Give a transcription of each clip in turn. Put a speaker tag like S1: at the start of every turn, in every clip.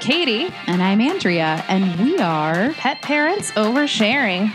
S1: Katie,
S2: And I'm Andrea, and we are.
S1: Pet Parents Oversharing.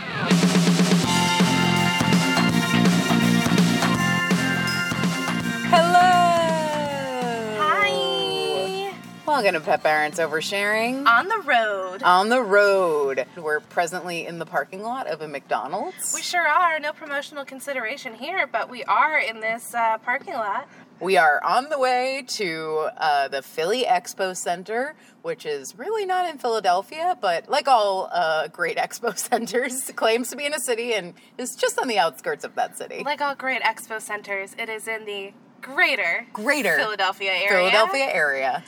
S3: Hello.
S4: Hi.
S3: Welcome to Pet Parents Oversharing.
S4: On the road.
S3: On the road. We're presently in the parking lot of a McDonald's.
S4: We sure are. No promotional consideration here, but we are in this uh, parking lot.
S3: We are on the way to uh, the Philly Expo Center, which is really not in Philadelphia, but like all uh, great expo centers, claims to be in a city and is just on the outskirts of that city.
S4: Like all great expo centers, it is in the greater
S3: Greater
S4: Philadelphia area.
S3: Philadelphia area.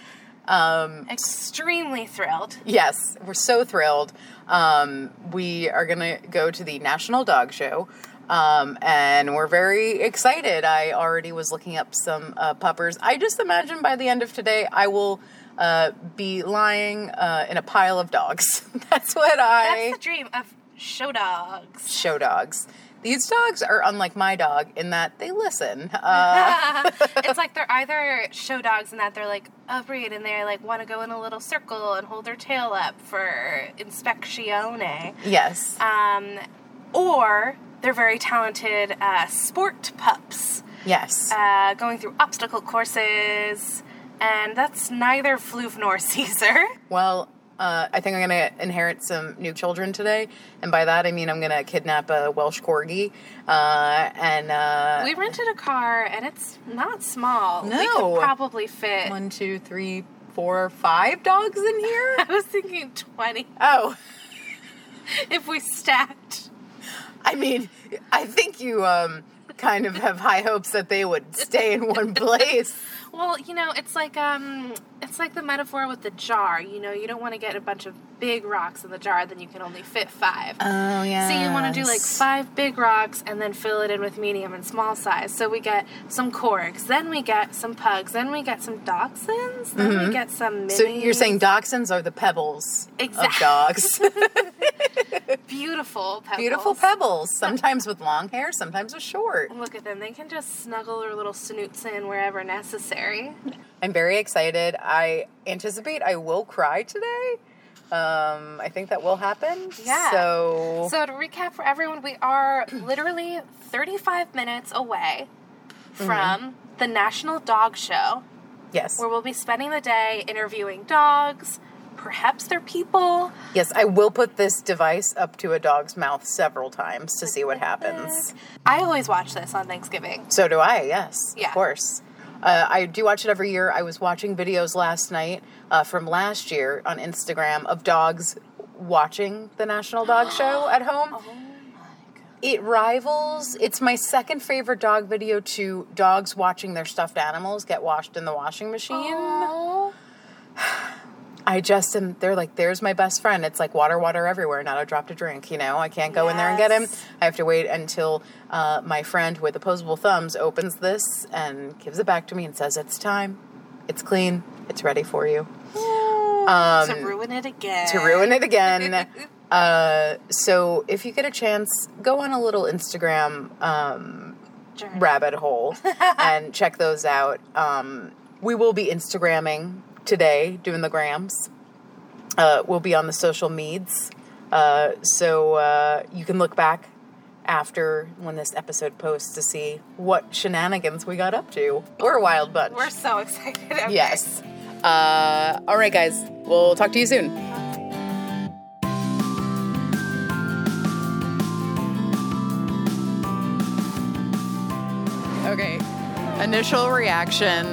S3: Um,
S4: Extremely thrilled.
S3: Yes, we're so thrilled. Um, we are going to go to the National Dog Show. Um, and we're very excited. I already was looking up some uh, puppers. I just imagine by the end of today, I will uh, be lying uh, in a pile of dogs. That's what I.
S4: That's the dream of show dogs.
S3: show dogs. These dogs are unlike my dog in that they listen. Uh,
S4: it's like they're either show dogs in that they're like a breed and they like want to go in a little circle and hold their tail up for inspezione.
S3: yes.
S4: Um, or they're very talented uh, sport pups.
S3: Yes.
S4: uh, going through obstacle courses, and that's neither Floof nor Caesar.
S3: Well, uh, I think I'm going to inherit some new children today. And by that, I mean I'm going to kidnap a Welsh corgi. Uh, and uh,
S4: We rented a car, and it's not small. we
S3: No.
S4: could probably fit.
S3: one, two, three, four, five dogs in here?
S4: I was thinking twenty
S3: oh,
S4: if we stacked.
S3: I mean, I think you um, kind of have high hopes that they would stay in one place.
S4: Well, you know, it's like um, it's like the metaphor with the jar. You know, you don't want to get a bunch of big rocks in the jar, then you can only fit five.
S3: Oh, yeah.
S4: So you want to do like five big rocks and then fill it in with medium and small size. So we get some corks, then we get some pugs, then we get some dachshunds, then we get some.
S3: Mm-hmm. So
S4: minis.
S3: you're saying dachshunds are the pebbles
S4: Exact-
S3: of dogs.
S4: beautiful pebbles.
S3: Beautiful pebbles, sometimes with long hair, sometimes with short.
S4: Look at them. They can just snuggle their little snoots in wherever necessary.
S3: I'm very excited. I anticipate I will cry today. Um, I think that will happen.
S4: Yeah.
S3: So,
S4: So to recap for everyone, we are literally 35 minutes away from the National Dog Show,
S3: Mm-hmm. yes,
S4: where we'll be spending the day interviewing dogs, perhaps their people.
S3: yes, I will put this device up to a dog's mouth several times to see what happens.
S4: I always watch this on Thanksgiving.
S3: So do I. Yes,
S4: Yeah.
S3: of course. Uh, I do watch it every year. I was watching videos last night uh, from last year on Instagram of dogs watching the National Dog Show at home. It rivals. It's my second favorite dog video to dogs watching their stuffed animals get washed in the washing machine. I just am. They're like, there's my best friend. It's like water, water everywhere, not a drop to drink. You know, I can't go in there and get him.
S4: Yes.
S3: I have to wait until uh, my friend with opposable thumbs opens this and gives it back to me and says, "It's time. It's clean. It's ready for you." Um,
S4: to ruin it again.
S3: to ruin it again. uh, so if you get a chance, go on a little Instagram um,
S4: Journey.
S3: rabbit hole and check those out. Um, we will be Instagramming today, doing the grams. Uh, we'll be on the social meds. Uh, so uh, you can look back after when this episode posts to see what shenanigans we got up to. We're a wild bunch.
S4: We're so excited. Okay.
S3: yes. Uh, all right, guys. We'll talk to you soon. Okay. Initial reaction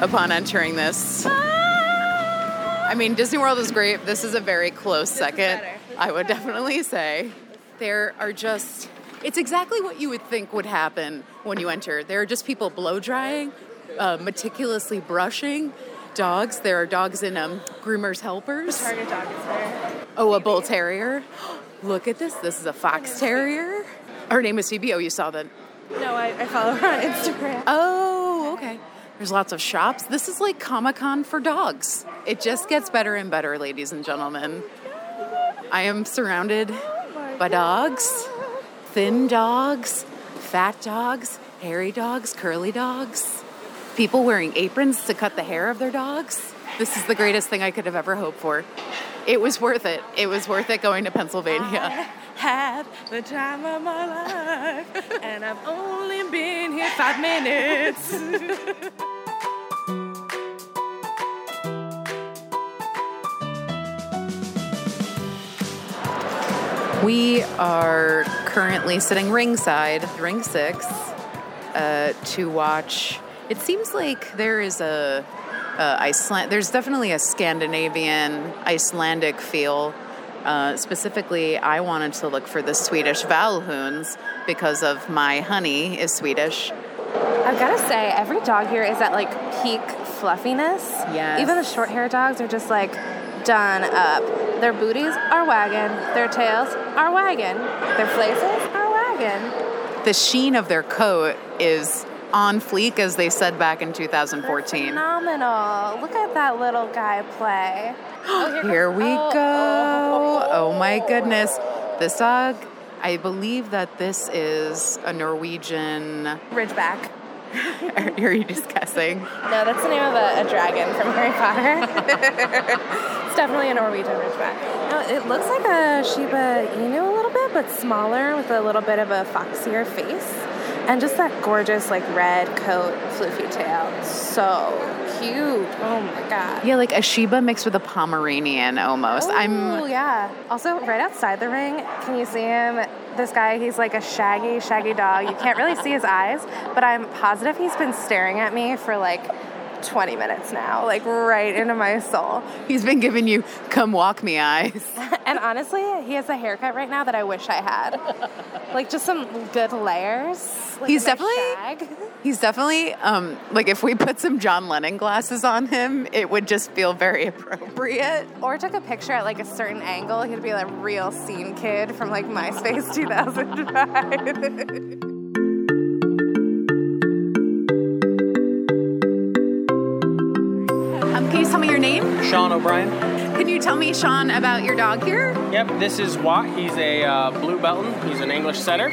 S3: upon entering this. I mean, Disney World is great. This is a very close second.
S4: better. Ah! This
S3: I would definitely say there are just it's exactly what you would think would happen when you enter. There are just people blow drying, uh, meticulously brushing dogs. There are dogs in um, groomers helpers.
S4: Target dog is there.
S3: Oh, a bull terrier. Look at this. This is a fox terrier. Her name is Phoebe. Oh, you saw that.
S4: No, I, I follow her on Instagram.
S3: Oh, okay. There's lots of shops. This is like Comic Con for dogs. It just gets better and better, ladies and gentlemen. I am surrounded by dogs thin dogs, fat dogs, hairy dogs, curly dogs, people wearing aprons to cut the hair of their dogs. This is the greatest thing I could have ever hoped for. It was worth it. It was worth it going to Pennsylvania.
S4: Ah.
S5: Had the time of my life, and I've only been here five minutes.
S3: We are currently sitting ringside, ring six, uh, to watch. It seems like there is a, a Iceland. There's definitely a Scandinavian, Icelandic feel. Uh, specifically, I wanted to look for the Swedish Valhounds because of my honey is Swedish.
S4: I've got to say, every dog here is at like peak fluffiness.
S3: Yes.
S4: Even the short hair dogs are just like done up. Their booties are wagging, their tails are wagging, their flaces are wagging.
S3: The sheen of their coat is on fleek, as they said back in 2014.
S4: Phenomenal. Look at that little guy play.
S3: Here we
S4: Oh,
S3: go.
S4: oh.
S3: Oh my goodness. This dog, I believe that this is a Norwegian.
S4: Ridgeback.
S3: Are you just guessing?
S4: No, that's the name of a, a dragon from Harry Potter. it's definitely a Norwegian Ridgeback. No, it looks like a Shiba Inu a little bit, but smaller with a little bit of a foxier face. And just that gorgeous, like, red coat, floofy tail. So cute. Oh my god.
S3: Yeah, like a Shiba mixed with a Pomeranian almost.
S4: Oh,
S3: I'm.
S4: yeah. Also, right outside the ring, can you see him? This guy, he's like a shaggy, shaggy dog. You can't really see his eyes, but I'm positive he's been staring at me for like 20 minutes now, like right into my soul.
S3: He's been giving you come walk me eyes.
S4: And honestly, he has a haircut right now that I wish I had. Like just some good layers. like
S3: He's
S4: a nice
S3: definitely-
S4: shag.
S3: He's definitely, um, like, if we put some John Lennon glasses on him, it would just feel very appropriate.
S4: Or took a picture at like a certain angle, he'd be like a real scene kid from like MySpace 2005.
S3: Um, can you tell me your name?
S6: Sean O'Brien.
S3: Can you tell me, Sean, about your dog here?
S6: Yep, this is Watt. He's a uh, blue Belton. He's an English setter.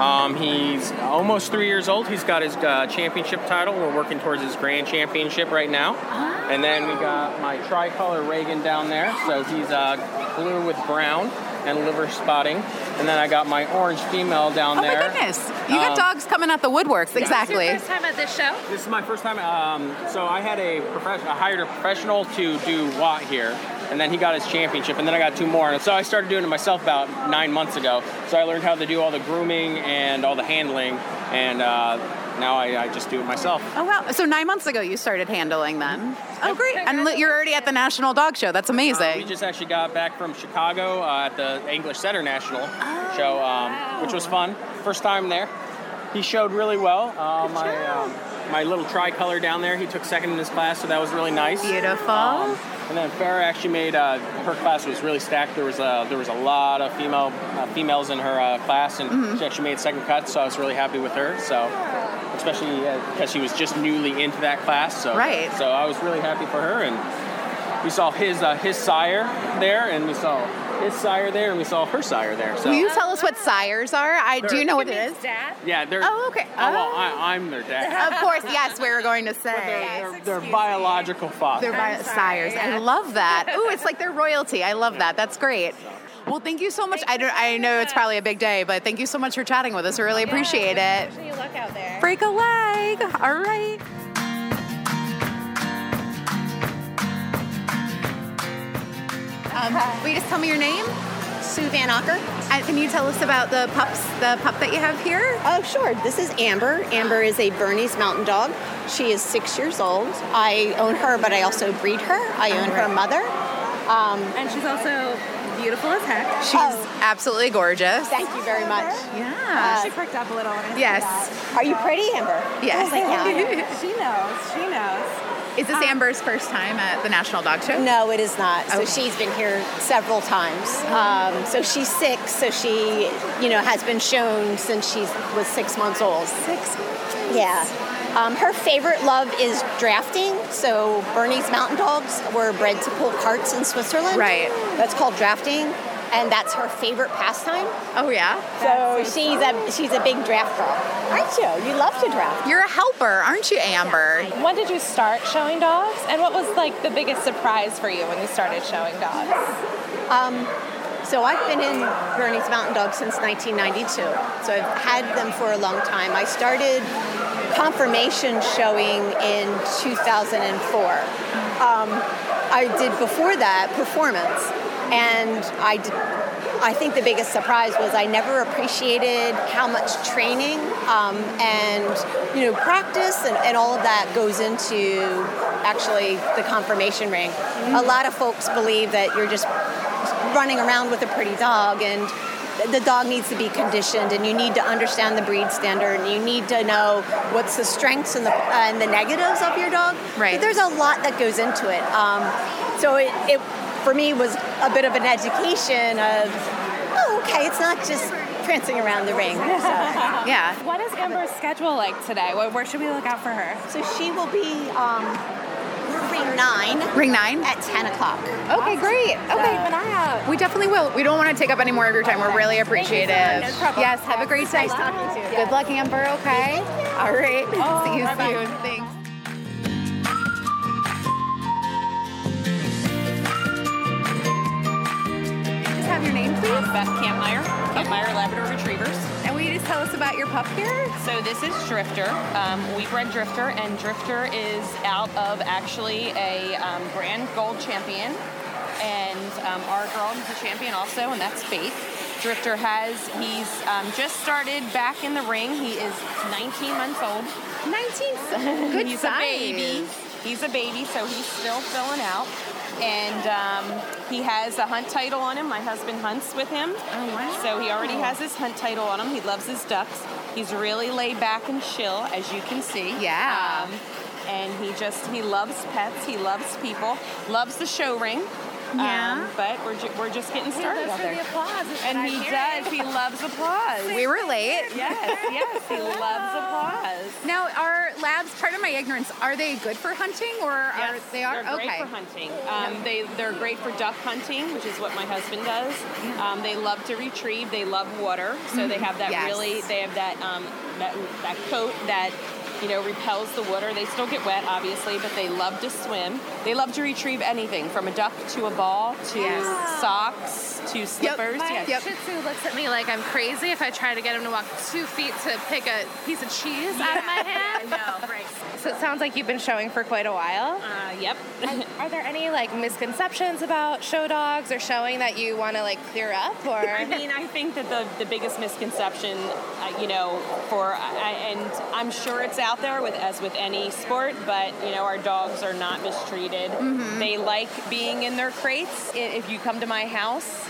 S6: Um, he's almost three years old. He's got his uh, championship title. We're working towards his grand championship right now.
S3: Ah.
S6: And then we got my tricolor Reagan down there. So he's uh, blue with brown and liver spotting. And then I got my orange female down
S3: Oh
S6: there.
S3: my goodness. You got
S6: Um,
S3: dogs coming out the woodworks. Exactly.
S5: time at this show?
S6: This is my first time. Um, so I had a professional, I hired a professional to do Watt here, and then he got his championship, and then I got two more. And so I started doing it myself about nine months ago. So I learned how to do all the grooming and all the handling, and uh, now I, I just do it myself.
S3: Oh wow! So nine months ago, you started handling then. Oh great! And li- you're already at the National Dog Show. That's
S6: We
S3: amazing.
S6: just actually got back from Chicago uh, at the English Setter National
S3: Oh,
S6: show, um, which was fun. First time there. He showed really well. Uh, my, um, my little tricolor down there, he took second in his class, so that was really nice.
S3: Beautiful.
S6: Um, and then Farah actually made uh, her class was really stacked. There was a, there was a lot of female uh, females in her uh, class, and
S3: Mm-hmm.
S6: she actually made second cut. So I was really happy with her. So especially because she was just newly into that class. So
S3: Right.
S6: So I was really happy for her, and we saw his uh, his sire there, and we saw his sire there, and we saw her sire there. So
S3: Will you tell us what sires are? I do you know what it is?
S6: yeah, they're
S3: Oh, okay.
S6: Oh, well, I, I'm their dad.
S3: Of course, yes. We were going to
S6: They're,
S3: say
S6: they're- they're biological father.
S3: they're my sires. I love that. Ooh, it's like they're royalty. I love that. That's great. Well, thank you so much. I don't. I know it's probably a big day, but thank you so much for chatting with us. We really appreciate it.
S5: Any luck out there?
S3: Break a leg. All right. Um, will you just tell me your name?
S7: Sue Van Ocker.
S3: And Uh, can you tell us about the pups, the pup that you have here?
S7: Oh, sure. This is Amber. Amber is a Bernese Mountain Dog. She is six years old. I own her, but I also breed her. I own her mother. Um,
S4: And she's also beautiful as heck.
S3: She's absolutely gorgeous.
S7: Oh, Thank you very much. Uh,
S3: Yeah.
S4: She perked up a little when I said
S3: Yes.
S7: Are you pretty, Amber? Oh,
S3: Yes.
S4: that. She knows. She knows.
S3: Is this Amber's first time at the National Dog Show?
S7: Uh, No, it is not. So
S3: Okay. Mm-hmm.
S7: she's been here several times. Um, so she's six. So she, you know, has been shown since she was six months old.
S3: Six.
S7: Yeah. Um, her favorite love is drafting. So Bernese Mountain Dogs were bred to pull carts in Switzerland.
S3: Right.
S7: That's called drafting, and that's her favorite pastime.
S3: Oh yeah.
S7: So she's a she's a big draft girl. Aren't you? You love to draft.
S3: You're a helper. helper, aren't you, Amber?
S4: When did you start showing dogs? And what was like the biggest surprise for you when you started showing dogs?
S7: Um, So I've been in Bernie's Mountain Dog since 1992. So I've had them for a long time. I started confirmation showing in 2004. Um, I did before that performance, and I did. I think the biggest surprise was I never appreciated how much training um, and you know practice and, and all of that goes into actually the confirmation ring. A lot of folks believe that you're just running around with a pretty dog and the dog needs to be conditioned and you need to understand the breed standard and you need to know what's the strengths and the, and the negatives of your dog
S3: Right.
S7: but there's a lot that goes into it um, so it, it for me was a bit of an education of oh okay it's not just prancing around the ring so,
S3: Yeah.
S4: What is Amber's schedule like today? Where- Where should we look out for her?
S7: so she will be um, ring nine
S3: Ring nine.
S7: at 10 o'clock
S3: Okay, great. Okay. We definitely will. We don't want to take up any more of your time. We're really appreciative. yes, have a great day. talking to you. Good luck, Amber, okay? All right. See you soon. Thanks. Just have your name, please.
S8: Beth Kampmeyer, Kampmeyer Labrador Retrievers.
S3: And will you just tell us about your pup here?
S8: So this is Drifter. Um, we bred Drifter, and Drifter is out of actually a um, Grand Gold champion, and um, our girl is a champion also, and that's Faith. Drifter has he's um, just started back in the ring. He is 19 months old. 19.
S3: Good
S8: he's
S3: size.
S8: a baby. He's a baby, so he's still filling out. And um, he has a hunt title on him. My husband hunts with him. So he already has his hunt title on him. He loves his ducks. He's really laid back and chill, as you can see.
S3: Yeah.
S8: Um, and he just, he loves pets. He loves people. Loves the show ring.
S3: Yeah.
S8: Um, but we're, ju- we're just getting started
S9: Those
S8: out
S9: for
S8: there.
S9: the applause. is what
S8: and
S9: I
S8: he
S9: hear.
S8: does. He loves applause.
S3: We were late.
S8: yes, yes. He loves applause.
S3: Now, are labs, pardon my ignorance, are they good for hunting or are
S8: Yes,
S3: they are?
S8: They're great
S3: okay.
S8: for hunting. Um, they they're great for duck hunting, which is what my husband does. Um, they love to retrieve. They love water, so they have that
S3: Yes.
S8: really. They have that um, that that coat that you know repels the water. They still get wet, obviously, but they love to swim. They love to retrieve anything from a duck to a ball to
S3: Yes.
S8: socks to slippers.
S3: My-
S8: Yes.
S3: Yep.
S9: Shih Tzu looks at me like I'm crazy if I try to get him to walk two feet to pick a piece of cheese out of my hand. I know, right.
S4: So it sounds like you've been showing for quite a while.
S8: Uh, yep.
S4: Are there any like misconceptions about show dogs or showing that you want to like clear up or?
S8: I mean, I think that the, the biggest misconception, uh, you know, for I, and I'm sure it's out there with as with any sport, but you know, our dogs are not mistreated.
S3: Mm-hmm.
S8: They like being in their crates. I- If you come to my house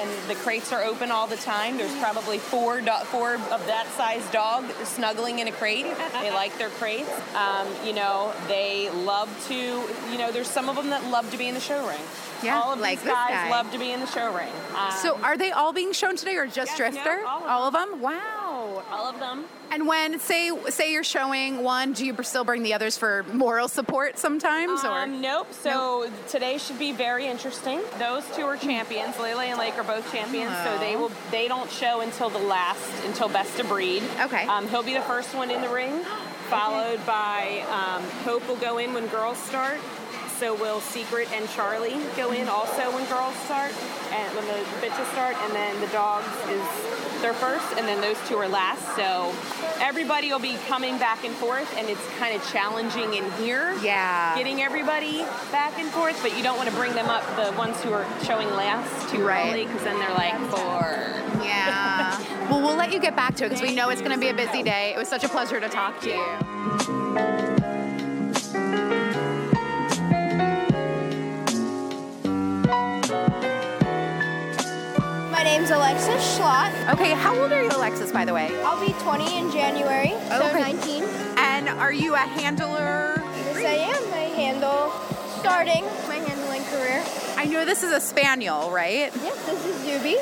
S8: and the crates are open all the time, there's probably four do- four of that size dog snuggling in a crate. they like their crates. Um, you know, they love to. You know, there's some of them that love to be in the show ring.
S3: Yeah,
S8: all of
S3: like
S8: these
S3: this
S8: guys
S3: guy.
S8: love to be in the show ring. Um,
S3: So, are they all being shown today or just
S8: Yes, no,
S3: Drifter?
S8: all of
S3: them? Wow.
S8: all of them.
S3: And when say say you're showing one, do you still bring the others for moral support sometimes
S8: Um,
S3: or
S8: nope. So today should be very interesting. Those two are champions. Lele and Lake are both champions. So they will. They don't show until the last, until best of breed.
S3: Okay.
S8: Um, he'll be the first one in the ring, followed by um, Hope will go in when girls start. So will Secret and Charlie go in also when girls start and when the bitches start, and then the dogs is their first, and then those two are last. So everybody will be coming back and forth, and it's kind of challenging in here
S3: Yeah.
S8: getting everybody back and forth, but you don't want to bring them up the ones who are showing last too
S3: Right.
S8: early because then they're like bored.
S3: Yeah. well, we'll let you get back to it because we know it's going to be a busy day. It was such a pleasure to talk to you.
S10: My name's Alexis Schlott.
S3: Okay, how old are you, Alexis? By the way.
S10: I'll be 20 in January, so
S3: Okay.
S10: 19.
S3: And are you a handler?
S10: Yes, I am. I handle starting my handling career.
S3: I know this is a spaniel,
S10: Yep,
S3: right?
S10: this is Zuby.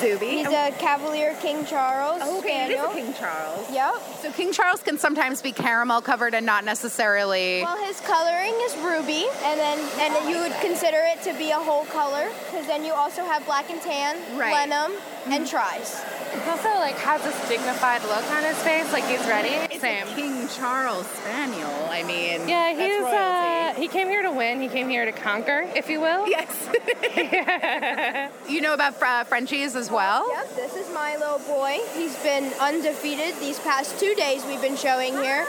S3: Zuby. Oh,
S10: He's a Cavalier King Charles
S3: okay, it
S10: Spaniel.
S3: is a King Charles.
S10: Yep.
S3: So King Charles can sometimes be caramel covered and not necessarily.
S10: Well, his coloring is ruby, and then and you would consider it to be a whole color, because then you also have black and tan,
S3: Right. Mm-hmm.
S10: plenum, and tries.
S4: He also like has this dignified look on his face, like he's ready.
S11: It's
S4: Same.
S11: a King Charles Spaniel. I mean,
S4: yeah,
S11: that's
S4: he's uh,
S11: royalty.
S4: he came here to win. He came here to conquer, if you will.
S11: Yes. you know about uh, Frenchies as well?
S10: Yep, this is my little boy. He's been undefeated these past two days we've been showing here.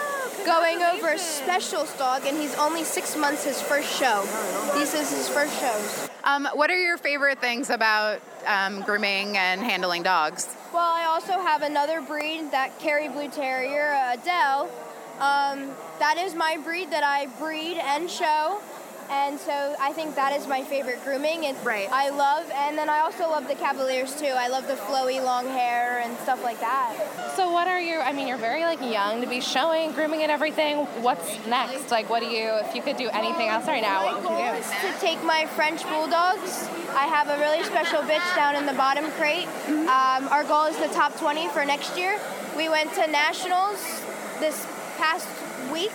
S10: Going over specials dog, and he's only six months his first show. This is his first shows.
S11: Um, what are your favorite things about um, grooming and handling dogs?
S10: Well, I also have another breed, that Kerry Blue Terrier, uh, Adele. Um, that is my breed that I breed and show. And so I think that is my favorite grooming. It's
S12: Right.
S10: I love, and then I also love the Cavaliers too. I love the flowy long hair and stuff like that.
S4: So what are your? I mean, you're very like young to be showing grooming and everything. What's next? Like, what do you? If you could do anything else right now, what would
S10: goal
S4: you
S10: is to take my French bulldogs. I have a really special bitch down in the bottom crate. Um, our goal is the top 20 for next year. We went to nationals this past week,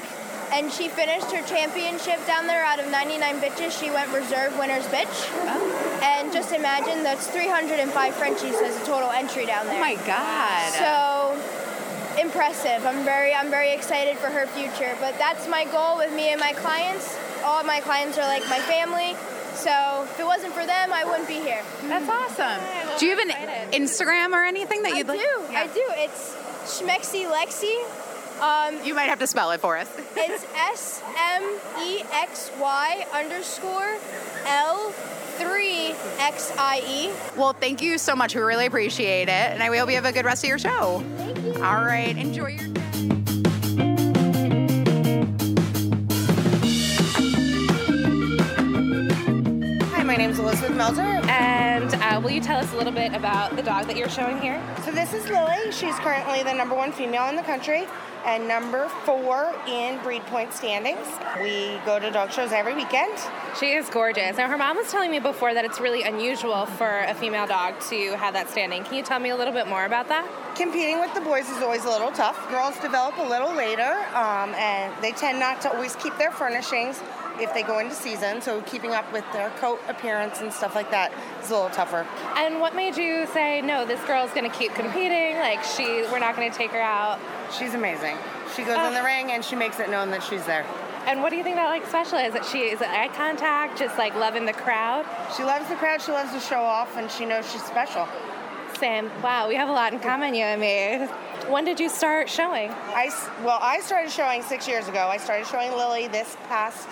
S10: and she finished her championship down there. Out of 99 bitches, she went reserve winner's bitch.
S4: Oh.
S10: And just imagine that's 305 Frenchies as a total entry down there.
S11: Oh my God.
S10: So impressive. I'm very I'm very excited for her future. But that's my goal with me and my clients. All of my clients are like my family. So if it wasn't for them, I wouldn't be here.
S11: That's awesome. Do you have an Instagram or anything that
S10: I
S11: you'd
S10: do.
S11: like?
S10: I do. It's Schmexy Lexi. Um,
S11: You might have to spell it for us.
S10: it's S M E X Y underscore L three X I E.
S11: Well, thank you so much. We really appreciate it. And I hope you have a good rest of your show. Thank you. All right. Enjoy your day.
S12: Hi, my name's Elizabeth Melzer.
S4: And uh, will you tell us a little bit about the dog that you're showing here?
S12: So this is Lily. She's currently the number one female in the country and number four in breed point standings. We go to dog shows every weekend.
S4: She is gorgeous. Now, her mom was telling me before that it's really unusual for a female dog to have that standing. Can you tell me a little bit more about that?
S12: Competing with the boys is always a little tough. Girls develop a little later, um, and they tend not to always keep their furnishings if they go into season. So keeping up with their coat appearance and stuff like that is a little tougher.
S4: And what made you say, no, this girl's going to keep competing? Like, she, we're not going to take her out. Uh,
S12: She's amazing. She goes
S4: Ah.
S12: in the ring and she makes it known that she's there.
S4: And what do you think that like special is? That she is it eye contact, just like loving the crowd.
S12: She loves the crowd. She loves to show off, and she knows she's special.
S4: Sam, wow, we have a lot in common, you and me. When did you start showing?
S12: I s- well, I started showing six years ago. I started showing Lily this past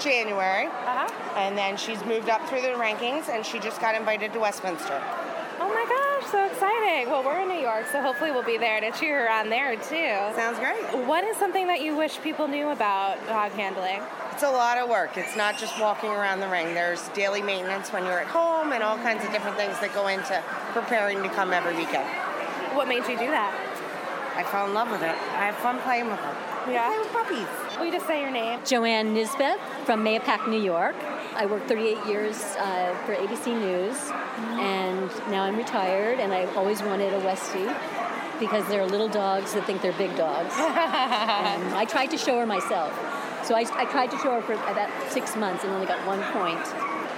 S12: January,
S4: Uh-huh.
S12: and then she's moved up through the rankings, and she just got invited to Westminster.
S4: Oh my gosh, so exciting! Well, we're in New York, so hopefully we'll be there to cheer her on there too.
S12: Sounds great.
S4: What is something that you wish people knew about dog handling?
S12: It's a lot of work. It's not just walking around the ring. There's daily maintenance when you're at home, and all kinds of different things that go into preparing to come every weekend.
S4: What made you do that?
S12: I fell in love with it. I have fun playing with her.
S4: Yeah.
S12: I play with puppies.
S4: Will you just say your name?
S13: Joanne Nisbet from Mayapack, New York. I worked 38 years uh, for ABC News,
S4: Mm-hmm.
S13: and now I'm retired. And I always wanted a Westie because there are little dogs that think they're big dogs. and I tried to show her myself, so I, I tried to show her for about six months and only got one point.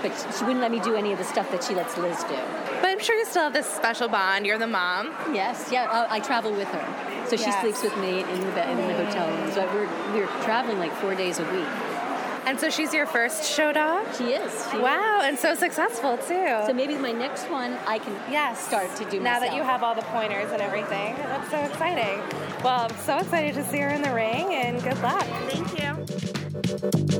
S13: But she wouldn't let me do any of the stuff that she lets Liz do.
S4: But I'm sure you still have this special bond. You're the mom.
S13: Yes, yeah, I, I travel with her, so she
S4: Yes.
S13: sleeps with me in the bed in the hotel room. So we're we're traveling like four days a week.
S4: And so she's your first show dog?
S13: She is. She
S4: Wow, and so successful too.
S13: So maybe my next one I can
S4: Yes.
S13: start to do
S4: Now that
S13: myself.
S4: you have all the pointers and everything, that's so exciting. Well, I'm so excited to see her in the ring, and good luck.
S12: Thank you.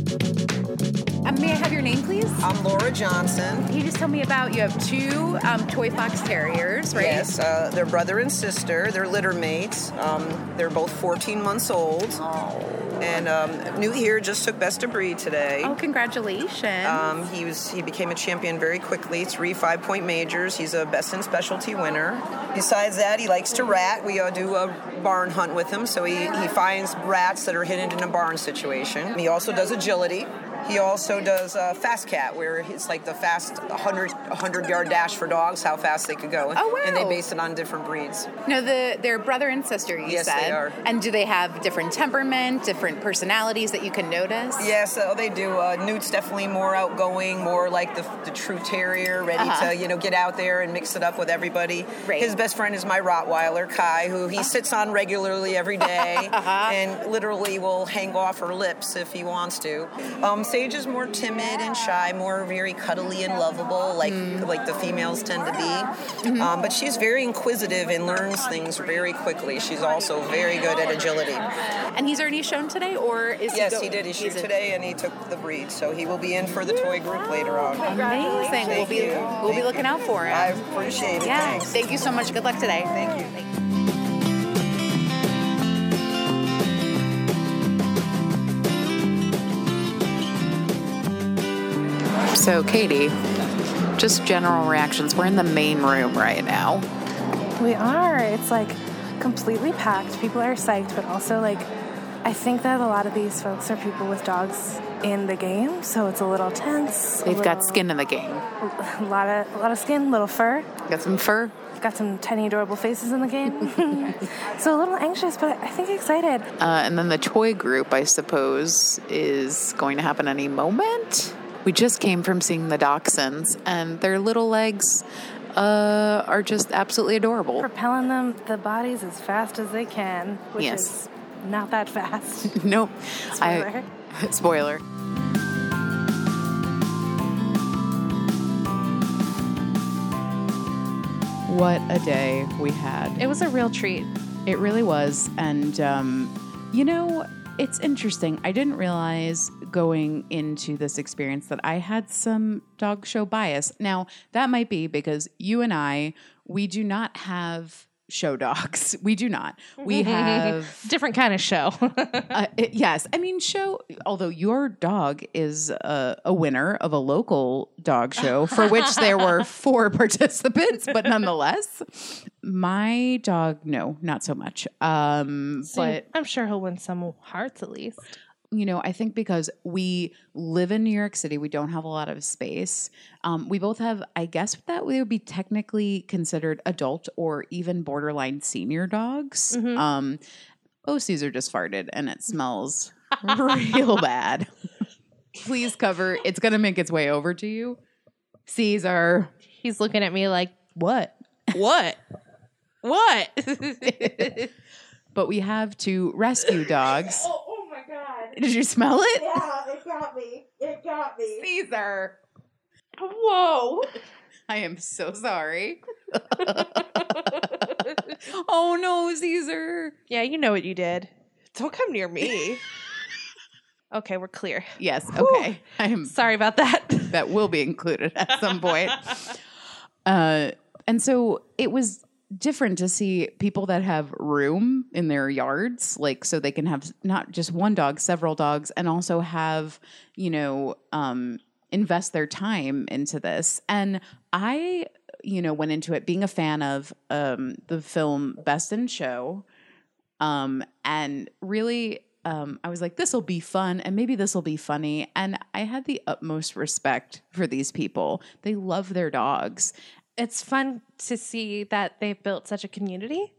S11: Um, may I have your name, please?
S14: I'm Laura Johnson.
S11: Can you just tell me about you have two um, toy fox terriers, right?
S14: Yes, uh, they're brother and sister. They're litter mates. Um, they're both 14 months old. And um, Newt here just took best of breed today.
S11: Oh, congratulations.
S14: Um, he was he became a champion very quickly. Three five point majors. He's a best in specialty winner. Besides that, he likes to rat. We uh, do a barn hunt with him, so he, he finds rats that are hidden in a barn situation. He also does agility. He also does uh, Fast Cat, where it's like the fast 100, 100 yard dash for dogs, how fast they could go.
S15: Oh, wow.
S14: And they base it on different breeds.
S15: No, the they're brother and sister. You
S14: Yes,
S15: said.
S14: they are.
S15: And do they have different temperament, different personalities that you can notice?
S14: Yeah, so they do. Uh, Newt's definitely more outgoing, more like the, the true terrier, ready
S15: Uh-huh.
S14: to you know get out there and mix it up with everybody.
S15: Right. Uh-huh.
S14: His best friend is my Rottweiler Kai, who he sits on regularly every day, and literally will hang off her lips if he wants to. Um, Sage is more timid and shy, more very cuddly and lovable, like
S15: Mm.
S14: like the females tend to be.
S15: Mm-hmm.
S14: Um, but she's very inquisitive and learns things very quickly. She's also very good at agility.
S15: And he's already shown today, or is
S14: Yes,
S15: he?
S14: he
S15: going-
S14: did. He
S15: he's
S14: shoot
S15: in-
S14: today, and he took the breed, so he will be in for the toy group later on.
S15: Amazing. We'll
S14: Thank
S15: be
S14: you.
S15: we'll be looking out for him.
S14: I appreciate it.
S15: Yeah.
S14: Thanks.
S15: Thank you so much. Good luck today. Thank
S14: you.
S15: So, Katie, just general reactions. We're in the main room right now.
S16: We are. It's like completely packed. People are psyched, but also like I think that a lot of these folks are people with dogs in the game, so it's a little tense. a
S15: They've got
S16: little-
S15: skin in the game.
S16: A lot of a lot of skin, little fur.
S15: Got some fur.
S16: Got some tiny adorable faces in the game. so a little anxious, but I think excited.
S15: Uh, and then the toy group, I suppose, is going to happen any moment. We just came from seeing the dachshunds, and their little legs uh, are just absolutely adorable.
S16: Propelling them the bodies as fast as they can, which
S15: Yes.
S16: is not that fast.
S15: nope.
S16: Spoiler.
S15: I, spoiler. What a day we had.
S3: It was a real treat. It really was. And, um, you know, it's interesting. I didn't realize going into this experience that I had some dog show bias. Now, that might be because you and I, we do not have show dogs. We do not. We have
S4: different kind of show.
S3: uh, it- yes, I mean show. Although your dog is a, a winner of a local dog show for which there were four participants, but nonetheless, my dog no, not so much. Um, but
S4: I'm sure he'll win some hearts at least.
S3: you know, I think because we live in New York City, we don't have a lot of space. Um, we both have, I guess, that we would be technically considered adult or even borderline senior dogs.
S4: Mhm.
S3: Um, OCs are just farted and it smells real bad. Please cover. It's going to make its way over to you. Caesar.
S4: He's looking at me like, what? What? what?
S3: But we have two rescue dogs.
S12: Oh my god.
S3: Did you smell it?
S12: Yeah, it got me. It got me.
S3: Caesar.
S12: Whoa.
S3: I am so sorry. oh no, Caesar.
S4: Yeah, you know what you did. Don't come near me. okay, we're clear.
S3: Yes.
S4: Whew.
S3: Okay. I am
S4: sorry about that.
S3: that will be included at some point. uh, and so it was different to see people that have room in their yards, like so they can have not just one dog, several dogs, and also have you know um, invest their time into this. And I, you know, went into it being a fan of um, the film Best in Show um, and really um, i was like this will be fun and maybe this will be funny and i had the utmost respect for these people they love their dogs
S4: it's fun to see that they built such a community.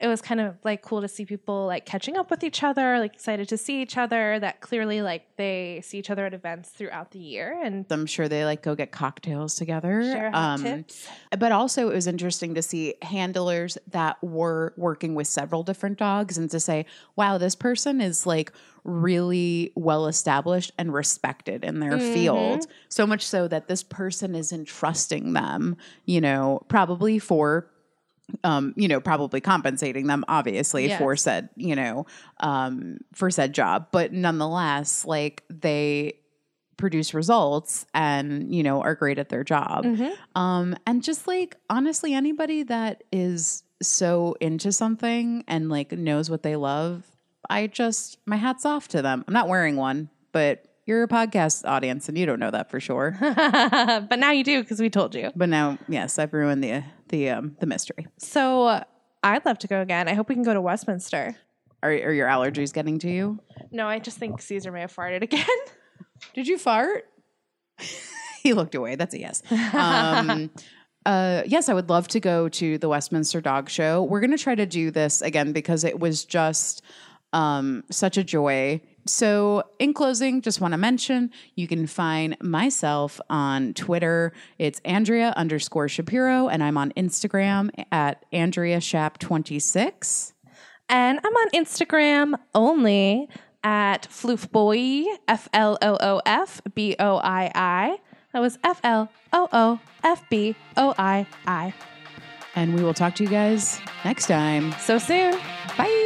S4: It was kind of like cool to see people like catching up with each other, like excited to see each other, that clearly like they see each other at events throughout the year and
S3: i'm sure they like go get cocktails together um,
S4: Share hot tips.
S3: but also it was interesting to see handlers that were working with several different dogs and to say wow this person is like really well established and respected in their
S4: Mhm.
S3: field so much so that this person is entrusting them you know probably for um, you know, probably compensating them obviously
S4: Yes.
S3: for said, you know, um, for said job. But nonetheless, like they produce results and, you know, are great at their job.
S4: Mhm.
S3: Um, and just like honestly, anybody that is so into something and like knows what they love, I just my hat's off to them. I'm not wearing one, but you're a podcast audience and you don't know that for sure.
S4: but now you do because we told you.
S3: But now, yes, I've ruined the the um the mystery.
S4: So uh, I'd love to go again. I hope we can go to Westminster.
S3: Are are your allergies getting to you?
S4: No, I just think Caesar may have farted again.
S3: Did you fart? he looked away. That's a yes. Um, uh, yes, I would love to go to the Westminster Dog Show. We're going to try to do this again because it was just um, such a joy. So, in closing, just want to mention you can find myself on Twitter. It's Andrea underscore Shapiro, and I'm on Instagram at Andrea Shap26.
S4: And I'm on Instagram only at floofboy, F L O O F B O I I. That was F L O O F B O I I.
S3: And we will talk to you guys next time.
S4: So soon.
S3: Bye.